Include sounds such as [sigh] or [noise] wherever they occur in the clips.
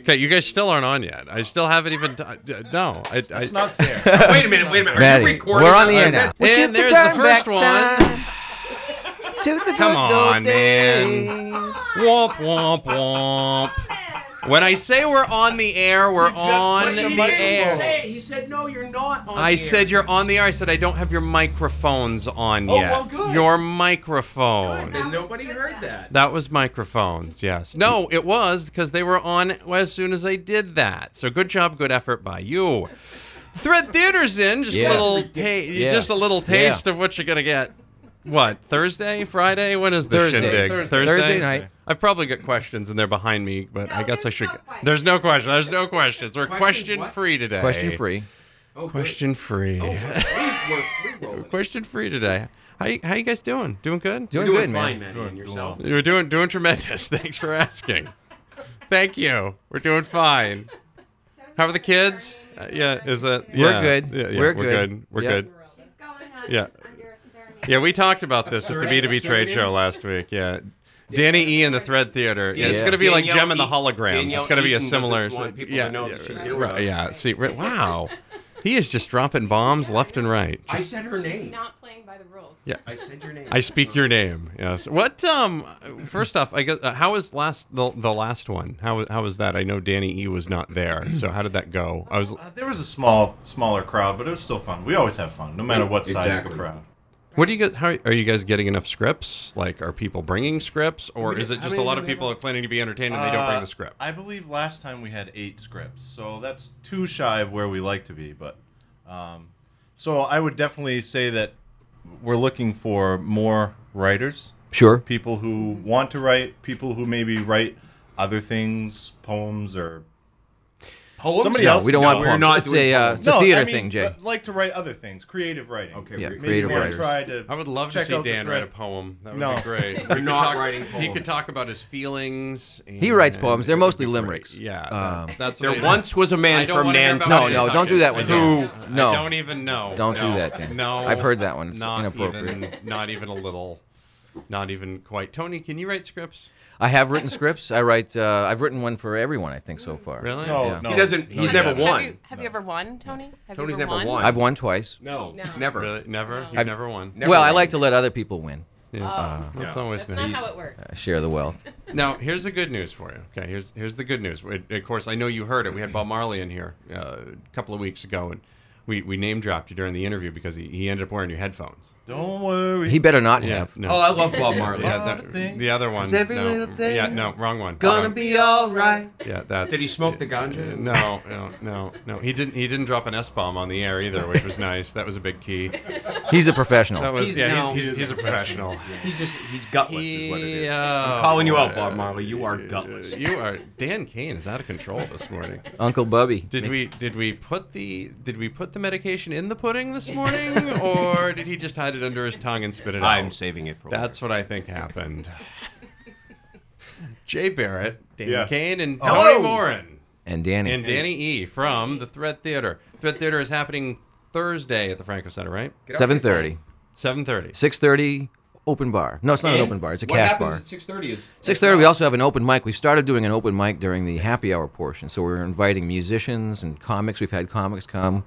Okay, you guys still aren't on yet. I still haven't even. T- no, I, I, It's not fair. Wait a minute, wait a minute. Are Maddie, you recording? we're on the us? air now. And there's the first one. Come on, man. Womp womp womp. When I say we're on the air, we're on But the he didn't air. say it. He said, no, you're not on I the said air. you're on the air. I said I don't have your microphones on Oh, yet. well, good. Your Good, microphone. then nobody heard that. That was microphones, yes. No, it was because they were on as soon as I did that. So good job, good effort by you. Thread Theater's in just Yeah. a little ta- Yeah. just a little taste of what you're gonna get. What Thursday, Friday? When is the Thursday. shindig? Thursday. Thursday night. I've probably got questions and they're behind me, but I guess I there's should. no questions. there's no question. There's no questions. We're Question question, what? free today. Question free. Oh, Question free. good. We were- we were- question free today. How you, how you guys doing? Doing good. Doing, You're good, doing man. fine, Maddie, and yourself. You're doing doing tremendous. [laughs] Thanks for asking. Thank you. We're doing fine. How are the kids? Uh, yeah, is it? We're yeah, good. Yeah, yeah, we're, We're good. good. We're Yeah. good. She's going on Yeah. under a surname. Yeah, we talked about this at the Surrey- B2B trade Surrey? show last week. Yeah. Danny E and the Thread Theater. Yeah, it's Yeah. going to be like Danielle Gem and the Eat- Holograms. Danielle it's going to be a Eaton similar. doesn't want people to yeah, know that yeah, she's here right, with us. yeah. See, right- wow. he is just dropping bombs left and right. I Just- said her name. Not playing by the rules. I said your name. I speak your name. Yes. What? Um. First off, I guess uh, how was last the the last one? How how was that? I know Danny E was not there, so how did that go? I was. Uh, there was a small, smaller crowd, but it was still fun. We always have fun, no E, matter what size the Exactly. crowd. What do you get? How are you guys getting enough scripts? Like, are people bringing scripts, or is it just a lot of people are planning to be entertained and they don't bring Uh, the script? I believe last time we had eight scripts, so that's too shy of where we like to be. But um, so I would definitely say that we're looking for more writers, Sure. people who want to write, people who maybe write other things, poems or Poems? somebody No, else. We don't want we're poems. not it's doing a uh, poems. it's a theater I mean, thing, Jay. but Like to write other things, creative writing. Okay, Yeah, we're- Maybe creative wanna writers. Try to I would love to check see out the Dan write a thread. poem. That would No. be great. [laughs] You're He could not talk- writing He poems. could talk about his feelings. He writes and poems. They're it would mostly be great. limericks. Yeah, Um, that's, that's what There it is. once was a I man don't from wanna hear Nantucket. about No, it. no, don't do that one, I don't- Dan. No. I don't even know. Don't do No. that, Dan. No, I've heard that one. It's not inappropriate. Even, not even a little. Not even quite. Tony, can you write scripts? I have written scripts. I write. Uh, I've written one for everyone. I think so far. Really? No, Yeah. no. He doesn't. no, He's he never [laughs] doesn't. Have you, won. have you ever won, Tony? Have Tony's you ever never won. I've won twice. No, No. never. Really? Never? You've never won. Never well, I won. like to let other people win. That's always That's nice. not how it works. I share the wealth. Now, here's the good news for you. Okay, here's here's the good news. It- of course, I know you heard it. We had Bob Marley in here uh, a couple of weeks ago, and we, we name dropped you during the interview because he, he ended up wearing your headphones. Don't worry. He better not have. no. Oh, I love Bob [laughs] Marley. yeah, that- thing. the other one. 'Cause every no, little thing yeah, no, wrong one. Gonna Wrong- be all right. Yeah, that's. Did he smoke the ganja? No, no, no, no. He didn't. He didn't drop an S bomb on the air either, which was nice. That was a big key. He's a That professional. was He's- yeah. no. he's, he's, he's a professional. He's just he's gutless is what it is. Yeah. I'm calling you out, Bob Marley. You are gutless. You are Dan Kane is out of control this morning. Uncle Bubby. Did we did we put the did we put the medication in the pudding this morning, or did he just hide it under his tongue and spit it out? I'm saving it for That's what I think happened. Jay Barrett, Dan Yes. Oh. Kane, and Tony Hello. Morin, And Danny. and Danny E from the Threat Theater. Threat Theater is happening Thursday at the Franco Center, right? Seven thirty. Seven thirty. Six thirty. Open bar. No, it's not an open bar. It's a what cash happens bar. at 6:30 is Six thirty. We also have an open mic. We started doing an open mic during the happy hour portion, so we're inviting musicians and comics. We've had comics come.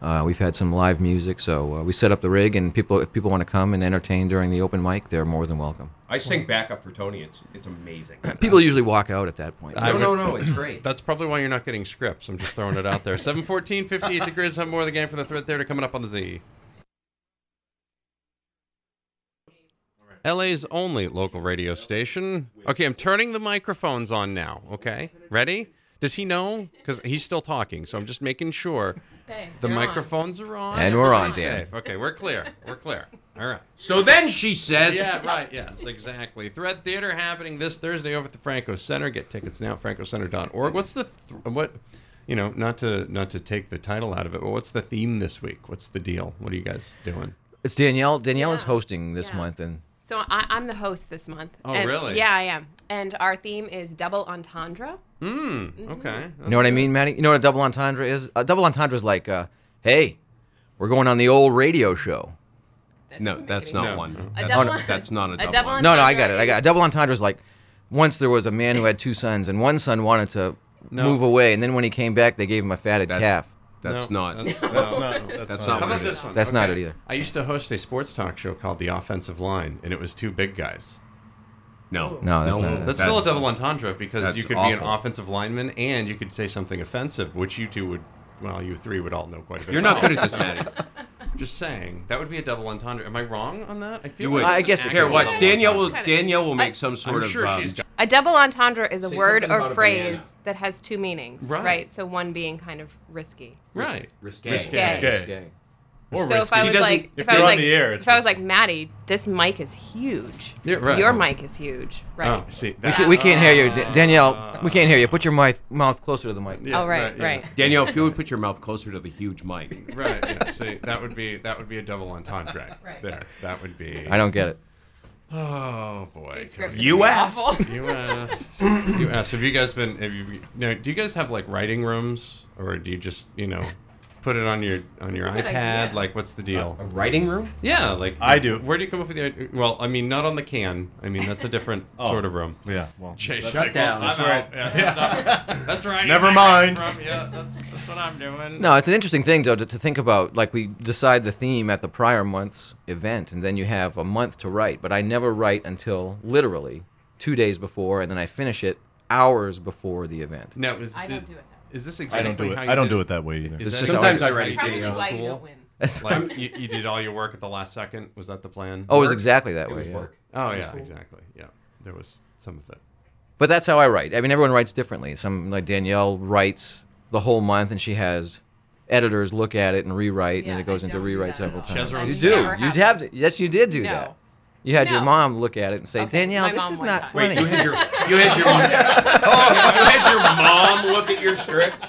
Uh, we've had some live music, so uh, we set up the rig, and people if people want to come and entertain during the open mic, they're more than welcome. I sing backup for Tony. It's it's amazing. People usually walk out at that point. I No, would- no, no, it's great. That's probably why you're not getting scripts. I'm just throwing it out there. 714, 58 degrees. Have more of the game from the Threat Theater coming up on the Z. LA's only local radio station. Okay, I'm turning the microphones on now. Okay, ready? Does he know? Because he's still talking, so I'm just making sure Hey, The you're on. microphones are on. And we're on, Everybody's Dan. safe. Okay, we're clear. We're clear. All right. So then she says, [laughs] Yeah, right. Yes, exactly. Thread Theater happening this Thursday over at the Franco Center. Get tickets now at francocenter.org. What's the th- what? You know, not to not to take the title out of it, but what's the theme this week? What's the deal? What are you guys doing? It's Danielle. Danielle is Yeah. hosting this Yeah. month, and So I, I'm the host this month. Oh, And- really? Yeah, I am. And our theme is double entendre. Mm-hmm. Okay. you know what I mean, Maddie. You know what a double entendre is? A double entendre is like, uh, "Hey, we're going on the old radio show." That No, doesn't make that's any not sense. one. A That's, double, that's not a double. double entendre. No, no, I entendre got it. I got it. is- double entendre is like once there was a man who had two sons, and one son wanted to No. move away, and then when he came back, they gave him a fatted That's- calf. That's No, not. that's- That's no. not. That's, That's not not. How what about it is. this one? That's not it either. I used to host a sports talk show called The Offensive Line, and it was two big guys. No, No, that's not it. That's, still a double entendre because that's you could be an awful. offensive lineman and you could say something offensive, which you two would, well, you three would all know quite a bit. You're not about. good at this, Maddie. Just saying, that would be a double entendre. Am I wrong on that? I feel You like would. it's I an guess it- actual Here, watch. double Danielle will. Kind of. Danielle will I- make some sort entendre. I'm of. sure um, she's got A double entendre is a Say word something or about a phrase banana. that has two meanings, Right. right? So one being kind of risky. right. Oh, risque. Risque. Okay. Or so if risky. I She was doesn't- like, if if, I was you're on like, the air, it's if I was like, Maddie, this mic is huge. Yeah, right. Your mic is huge, right? Oh, see, We, that, can, we can't hear you, Da- Danielle. We can't hear you. Put your mouth mouth closer to the mic. yes, oh, right, yeah. right. Danielle, if you would put your mouth closer to the huge mic. right. Yeah, [laughs] see, that would be that would be a double entendre. Right. There, that would be. I don't get it. Oh boy. These scripts are You [laughs] asked. awful. You asked. you asked. Have you guys been? Have you? Now, do you guys have like writing rooms, or do you just you know put it on your on your That's a good iPad? idea. Like, what's the deal? A writing room? yeah, like I do. Where do you come up with the? idea- Well, I mean, not on the can. I mean, that's a different [laughs] Oh. sort of room. Yeah. Well. Chase, that's- shut down. that's I'm right. out. Yeah, that's, not- [laughs] that's right. Never That's where I'm mind. from. Yeah, that's, that's what I'm doing. No, it's an interesting thing though to, to think about. Like we decide the theme at the prior month's event, and then you have a month to write. But I never write until literally two days before, and then I finish it hours before the event. Now, is I it- don't do it. that Is this I exactly don't do it. how you I don't did- do it that way either. Is that just how sometimes you- I write it how you [laughs] Probably did down. in why you school? don't win. Like you, you did all your work at the last second. Was that the plan? Oh, it was Work? exactly that It way. was yeah. work. Oh yeah, exactly. Yeah, there was some of [laughs] it. But that's how I write. I mean, everyone writes differently. Some like Danielle writes the whole month, and she has editors look at it and rewrite, and Yeah, then it goes I into don't do rewrite that at several all. She has times. her own You That's do. never You happened. have. To, yes, you did do No. that. You had your No. mom look at it and say, Okay, Danielle, my this mom is one not time. funny. You had your. You had your. oh, you had your mom look at your script.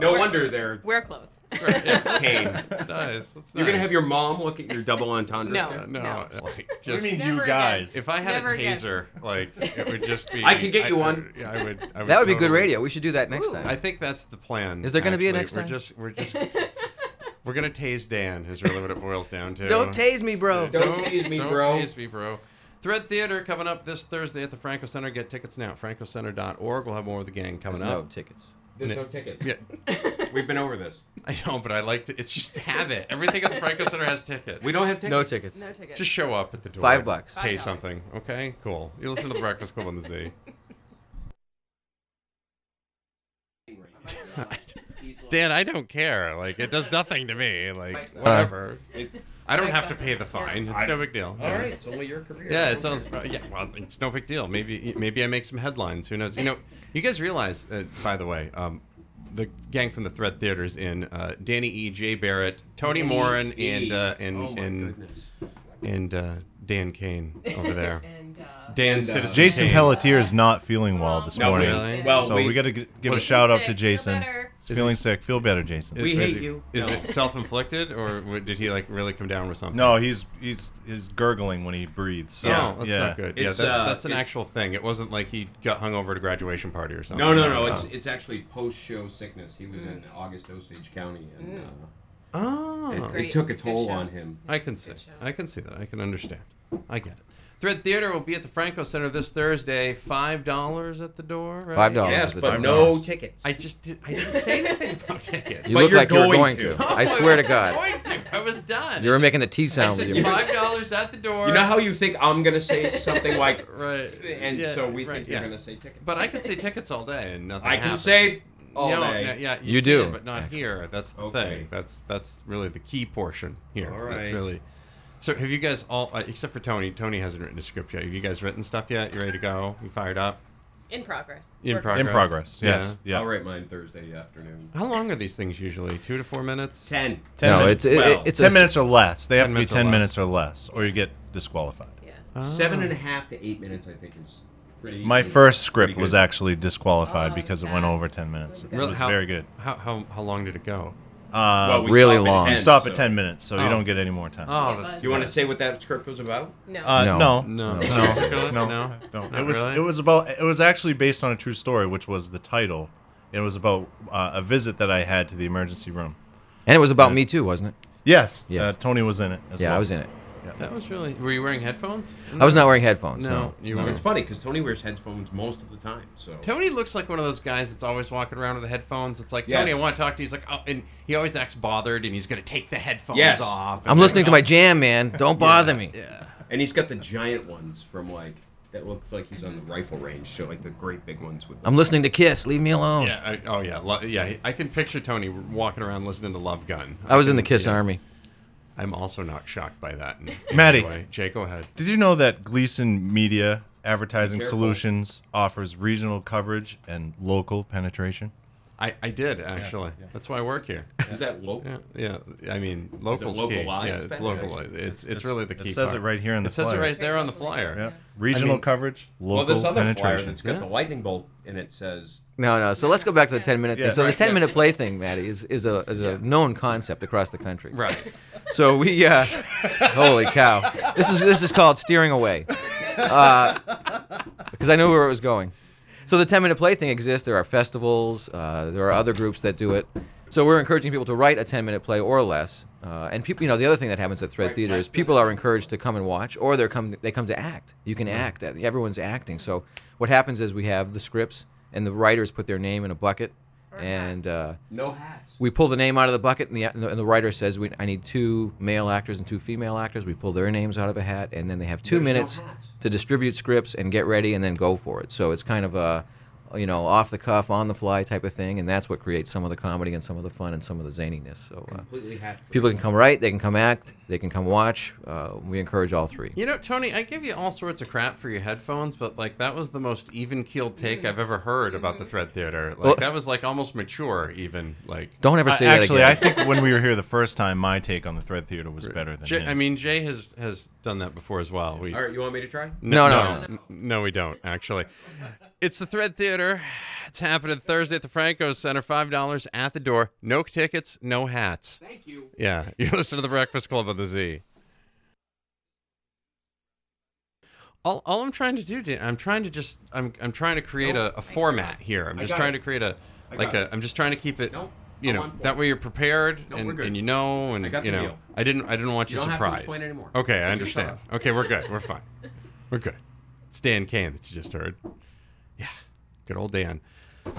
No wonder they're We're close. [laughs] tame. That's nice. That's You're gonna nice. Uh, have your mom look at your double entendre. No. script? no. No. [laughs] Like, just, What do you mean, Never you guys? If I had Never a again. taser, like it would just be. I could get you one. Yeah, I would. I would that would be good totally- radio. We should do that next time. I think that's the plan. Is there gonna be a actually. next we're time? Just, we're just. [laughs] We're gonna tase Dan. Is really what it boils down to. Don't tase me, bro. Don't tase me, bro. Don't tase me, bro. Thread Theater coming up this Thursday at the Franco Center. Get tickets now at francocenter.org. We'll have more of the gang coming There's no up. tickets. There's no tickets. Yeah, [laughs] We've been over this. I know, but I like to. It's just have it. Everything at the Franco Center has tickets. We don't have tickets. No tickets. No ticket. Just show up at the door. Five bucks. Pay Five dollars. something. Okay, cool. You listen to the Breakfast Club on the [laughs] Z. Dan, I don't care. Like it does nothing to me. Like Uh, whatever. It- I don't [laughs] have to pay the fine. It's no big deal. All right, it's only your career. Yeah, it sounds. Yeah, well, it's no big deal. Maybe maybe I make some headlines. Who knows? You know, you guys realize, uh, by the way, um, the gang from the Threat Theater's in uh, Danny E. J. Barrett, Tony Moran, and uh, and oh my and goodness. and uh, Dan Kane over [laughs] there. And uh, Dan uh, Citizen. Jason Kane. Pelletier is not feeling well this No, morning. really? Well, so we- we, got to give a Was- shout out Sick, to feel Jason. better. He's feeling sick. Feel better, Jason. We Is hate it- you. Is it self-inflicted or w- did he like really come down with something? no, he's he's he's gurgling when he breathes. So, Yeah, that's yeah. not good. Yeah, It's, that's, uh, that's an it's- actual thing. It wasn't like he got hung over to graduation party or something. No, no, no. It's it's actually post-show sickness. He Mm. was in August Osage County, and uh, oh. it- it great. took a It's a good toll show. on him. I can see. I can see that. I can understand. I get it. Thread Theater will be at the Franco Center this Thursday. Five dollars at the door. Right? Five dollars. Yes, at the but time. no tickets. I just did, I didn't say anything about tickets. [laughs] You But look you're like you were going going to. to. I swear to wasn't God, going to. I was done. you were making the T I sound with said your. five dollars at the door. you know how you think I'm gonna say something like, [laughs] Right. [laughs] and Yeah, so we right, think you're yeah. gonna say tickets. But I could say tickets all day and nothing. I can happens. save all no, day. no, yeah, You do. can, but not here. That's the Okay. thing. That's that's really the key portion here. All That's right. really. So have you guys all, uh, except for Tony? Tony hasn't written a script yet. Have you guys written stuff yet? You ready to go? You fired up? In progress. In Work- progress. In progress. Yes. Yeah. I'll write mine Thursday afternoon. How long are these things usually? Two to four minutes. Ten. Ten no, minutes. it's it- Well, it, it's a ten s- minutes or less. They have 10 to be minutes or ten less. minutes or less, or you get disqualified. Yeah. Seven and a half to eight minutes, I think, is pretty. My pretty- first script pretty was good. actually disqualified Oh, because it sad. went over ten minutes. It Really? was how, very good. How, how how long did it go? Uh, Well, we really stop at long. 10, stop so- at ten minutes, so you Oh. don't get any more time. Oh, It that's was. Do you want to say what that script was about? No. Uh, No. no. No. [laughs] [laughs] No. No. No. No. Not It was really? it was about it was actually based on a true story, which was the title. It was about uh, a visit that I had to the emergency room. and it was about me too, wasn't it? Yes. Yes. Uh, Tony was in it as Yeah, well. I was in it. that was really. Were you wearing headphones? I was not wearing headphones. No, No, you It's weren't. funny because Tony wears headphones most of the time. So Tony looks like one of those guys that's always walking around with the headphones. It's like Yes. Tony, I want to talk to you. He's like, oh, and he always acts bothered, and he's gonna take the headphones Yes. off. I'm listening to my jam, man. Don't bother me. and he's got the giant ones from like that looks like he's on the rifle range. So like the great big ones with. The, I'm listening to Kiss. Leave me alone. Yeah. I, oh yeah. Lo- yeah. I can picture Tony walking around listening to Love Gun. I was in the can- Kiss yeah. Army. I'm also not shocked by that. in any [laughs] Maddie. way. Jake, go ahead. Did you know that Gleason Media Advertising Careful. Solutions offers regional coverage and local penetration? I, I did actually. That's why I work [laughs] here. is that local? Yeah, yeah. I mean, local's key. localized? Yeah, it's localized. It's it's really the it key. says part. it right here in the It says it flyer. right there on the flyer. Yeah. Regional coverage, local Well, this other flyer penetration. that's got the lightning bolt and it says No, no. So let's go back to the 10 minute Yeah. thing. So Right, the 10 minute play thing, Maddie, is, is a is a known concept across the country. Right. So we, uh, holy cow, this is this is called steering away, uh, because I knew where it was going. So the ten minute play thing exists. There are festivals. Uh, there are other groups that do it. So we're encouraging people to write a ten minute play or less. Uh, and people, you know, the other thing that happens at Thread Theater is people are encouraged to come and watch, or they come they come to act. You can act. Everyone's acting. So what happens is we have the scripts and the writers put their name in a bucket, and. Uh, no hats. we pull the name out of the bucket, and the, and the, and the writer says, we, "I need two male actors and two female actors." We pull their names out of a hat, and then they have two There's no minutes hats. to distribute scripts and get ready, and then go for it. So it's kind of a, you know, off the cuff, on the fly type of thing, and that's what creates some of the comedy and some of the fun and some of the zaniness. So uh, Completely hat. free. people can come write, they can come act, they can come watch. Uh, we encourage all three. You know, Tony, I give you all sorts of crap for your headphones, but like that was the most even keeled take I've ever heard about the Thread Theater. Like Well- that was like almost mature, even like. Don't ever I- say that actually, again. I think when we were here the first time, my take on the Thread Theater was better than Jay, his. I mean, Jay has has done that before as well. We All right, you want me to try? No, no, no. N- no, we don't actually. It's the Thread Theater. It's happening Thursday at the Franco Center. Five dollars at the door. No tickets, no hats. Thank you. Yeah, [laughs] you listen to the Breakfast Club on the Z. All, all I'm trying to do, Dan, I'm trying to just, I'm, I'm trying to create Nope, a, a thanks. format here. I'm I just got trying it. to create a, I like got a, it. I'm just trying to keep it, Nope, you I'm know, on board. that way you're prepared Nope, we're and, good. and you know, and I got you the know, deal. I didn't, I didn't want you, You don't have to surprised. explain anymore. Okay, I It's your understand. show. Okay, we're good. We're fine. We're good. It's Dan Kane that you just heard. Yeah, good old Dan.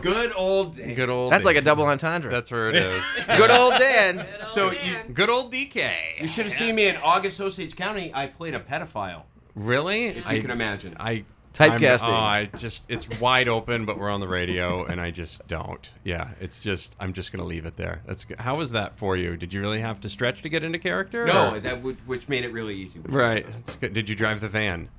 Good old day. Good old. that's like a Dan. double entendre. That's where it is. [laughs] Good old Dan. So you, Dan. good old you DK. should have seen me in August Osage County. I played a pedophile. Really? If You can imagine. I Typecasting. I'm- Oh, I just it's wide open, but we're on the radio, and I just don't. Yeah, it's just I'm just gonna leave it there. That's good. how was that for you? Did you really have to stretch to get into character? no, or- that would, which made it really easy. right. That's good. Did you drive the van?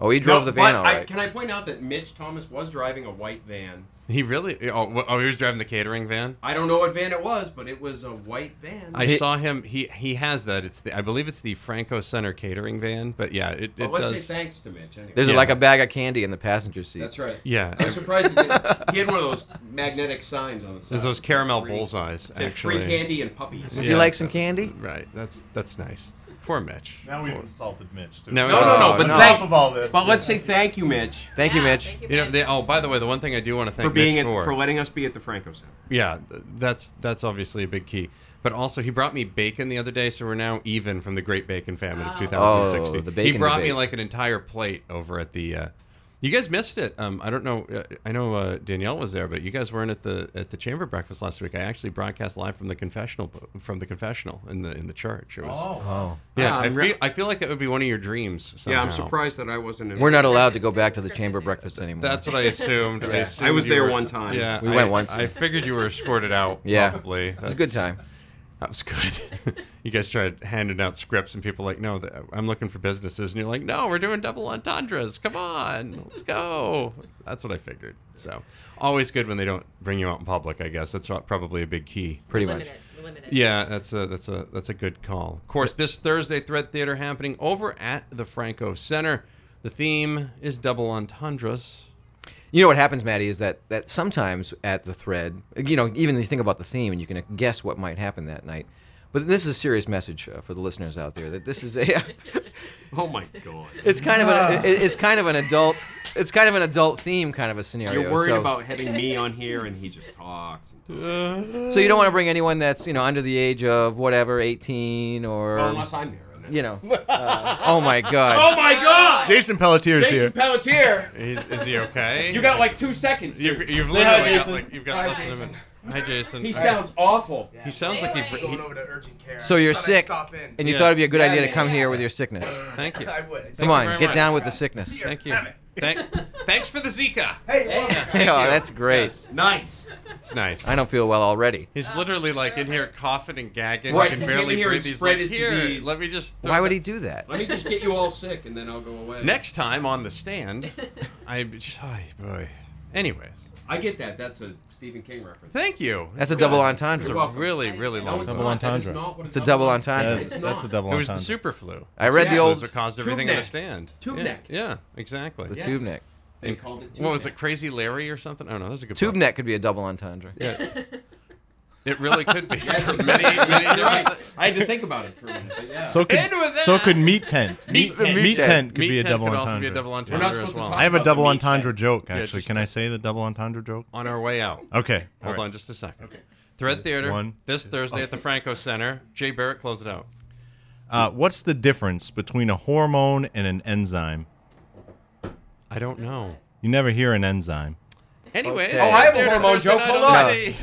Oh, he drove No, the van but all I- right. can I point out that Mitch Thomas was driving a white van? He really? Oh, wh- oh he was driving the catering van. I don't know what van it was, but it was a white van. I He- saw him. He he has that. It's the I believe it's the Franco Center catering van. But yeah, it, but it let's does. say thanks to Mitch. Anyway. There's Yeah. like a bag of candy in the passenger seat. That's right. Yeah. I was surprised he, didn't- he had one of those magnetic signs on the side. There's those caramel Free- bullseyes. It said actually. free candy and puppies. Would Yeah. you like some candy? Right. That's that's nice. Poor Mitch. now we've insulted Mitch. Too. Now we- No, no, no. Oh, But no. thank. top of all this. But let's say thank you, Mitch, Thank you, Yeah, Mitch. thank You know, Mitch. they, oh, by the way, the one thing I do want to thank for being Mitch at, for letting us be at the Franco Center. yeah, th- that's that's obviously a big key. But also, he brought me bacon the other day, so we're now even from the Great Bacon Famine of 2016. Oh, the he bacon brought me debate. like an entire plate over at the. Uh, you guys missed it. Um, I don't know. uh, I know uh, Danielle was there, but you guys weren't at the at the chamber breakfast last week. I actually broadcast live from the confessional from the confessional in the in the church. It was, Oh. yeah. Ah, I, I'm re- feel, I feel like that would be one of your dreams. Yeah, I'm somehow. surprised that I wasn't. in We're not allowed to go back to the chamber breakfast anymore. That's what I assumed. I, Yeah, assumed I was you there were- one time. Yeah, We I- went once. I figured you were escorted out. [laughs] Yeah. probably. It's a good time. That was good. [laughs] you guys tried handing out scripts, and people like, no, th- I'm looking for businesses, and you're like, no, we're doing double entendres. Come on, let's go. That's what I figured. So, always good when they don't bring you out in public. I guess that's what- probably a big key. Pretty much. Limited. Limited. Yeah, that's a that's a that's a good call. Of course, this Thursday, Thread Theater happening over at the Franco Center. The theme is double entendres. You know what happens, Maddie, is that that sometimes at the thread, you know, even you think about the theme and you can guess what might happen that night. But this is a serious message uh, for the listeners out there that this is a, [laughs] Oh my [laughs] god. it's kind of an, it- it's kind of an adult, it's kind of an adult theme kind of a scenario. You're worried so, about having me on here, and he just talks. And talks. so you don't want to bring anyone that's you know under the age of whatever, 18 or Well, [laughs] unless I'm there. and then- you know. uh, oh my God. Oh [laughs] my god! Jason Pelletier's Jason here. Pelletier, Is, is he okay? you got like two seconds. dude. You've, you've hi, literally got Jason. like you've got Hi, less than a Jason. minute. Hi, Jason. He sounds awful. He sounds like he, Anyway. he. Going over to urgent care. So I you're just thought I'd sick, Stop in. and you thought it'd be a good Yeah, idea to yeah, come yeah. here with your sickness. Thank [laughs] you. I would. Come on, get much. down with [laughs] the sickness. Yeah, Thank you. Thank, thanks for the Zika. Hey, welcome. that's great. Nice. It's nice. I don't feel well already. He's literally like in here coughing and gagging. Right, He can he came barely in here breathe. and He's spread like, his here, disease." let me just. Why would he do that? Let me just get you all sick, and then I'll go away. Next time on the stand, [laughs] I. [sighs] Ay, boy. Anyways, I get that. That's a Stephen King reference. thank you. That's a double It entendre. was a really, really No, long No, it's time. not. That is entendre. not what It's a double entendre. That's, that's a double It was the entendre. super flu. I read the Yeah. Those are old caused Tube everything on the neck. stand. Tube yeah, neck. Yeah, exactly. the Yes. tube neck. They called it. What was it, Tupac. Crazy Larry or something? Oh no, that's a good Tube book. neck could be a double entendre. Yeah. It really could [laughs] be. That's for a- many, many You're different right. [laughs] I had to think about it for a minute. But yeah. So could, And with so that- could meat tent. Meat tent. meat tent could Meat be a tent double could also entendre. be a double not entendre as supposed to well. talk I have a About double the meat entendre tent. joke. Yeah, Actually, just- can I say the double entendre joke? on our way out. Okay. all Hold right. on just a second. Thread Theater One, this Thursday at the Franco Center. Jay Barrett, close it out. Uh, what's the difference between a hormone and an enzyme? I don't know. You never hear an enzyme. Anyways, Okay. Oh, I have a Thread Theater hormone Thursday joke. night Hold on. the-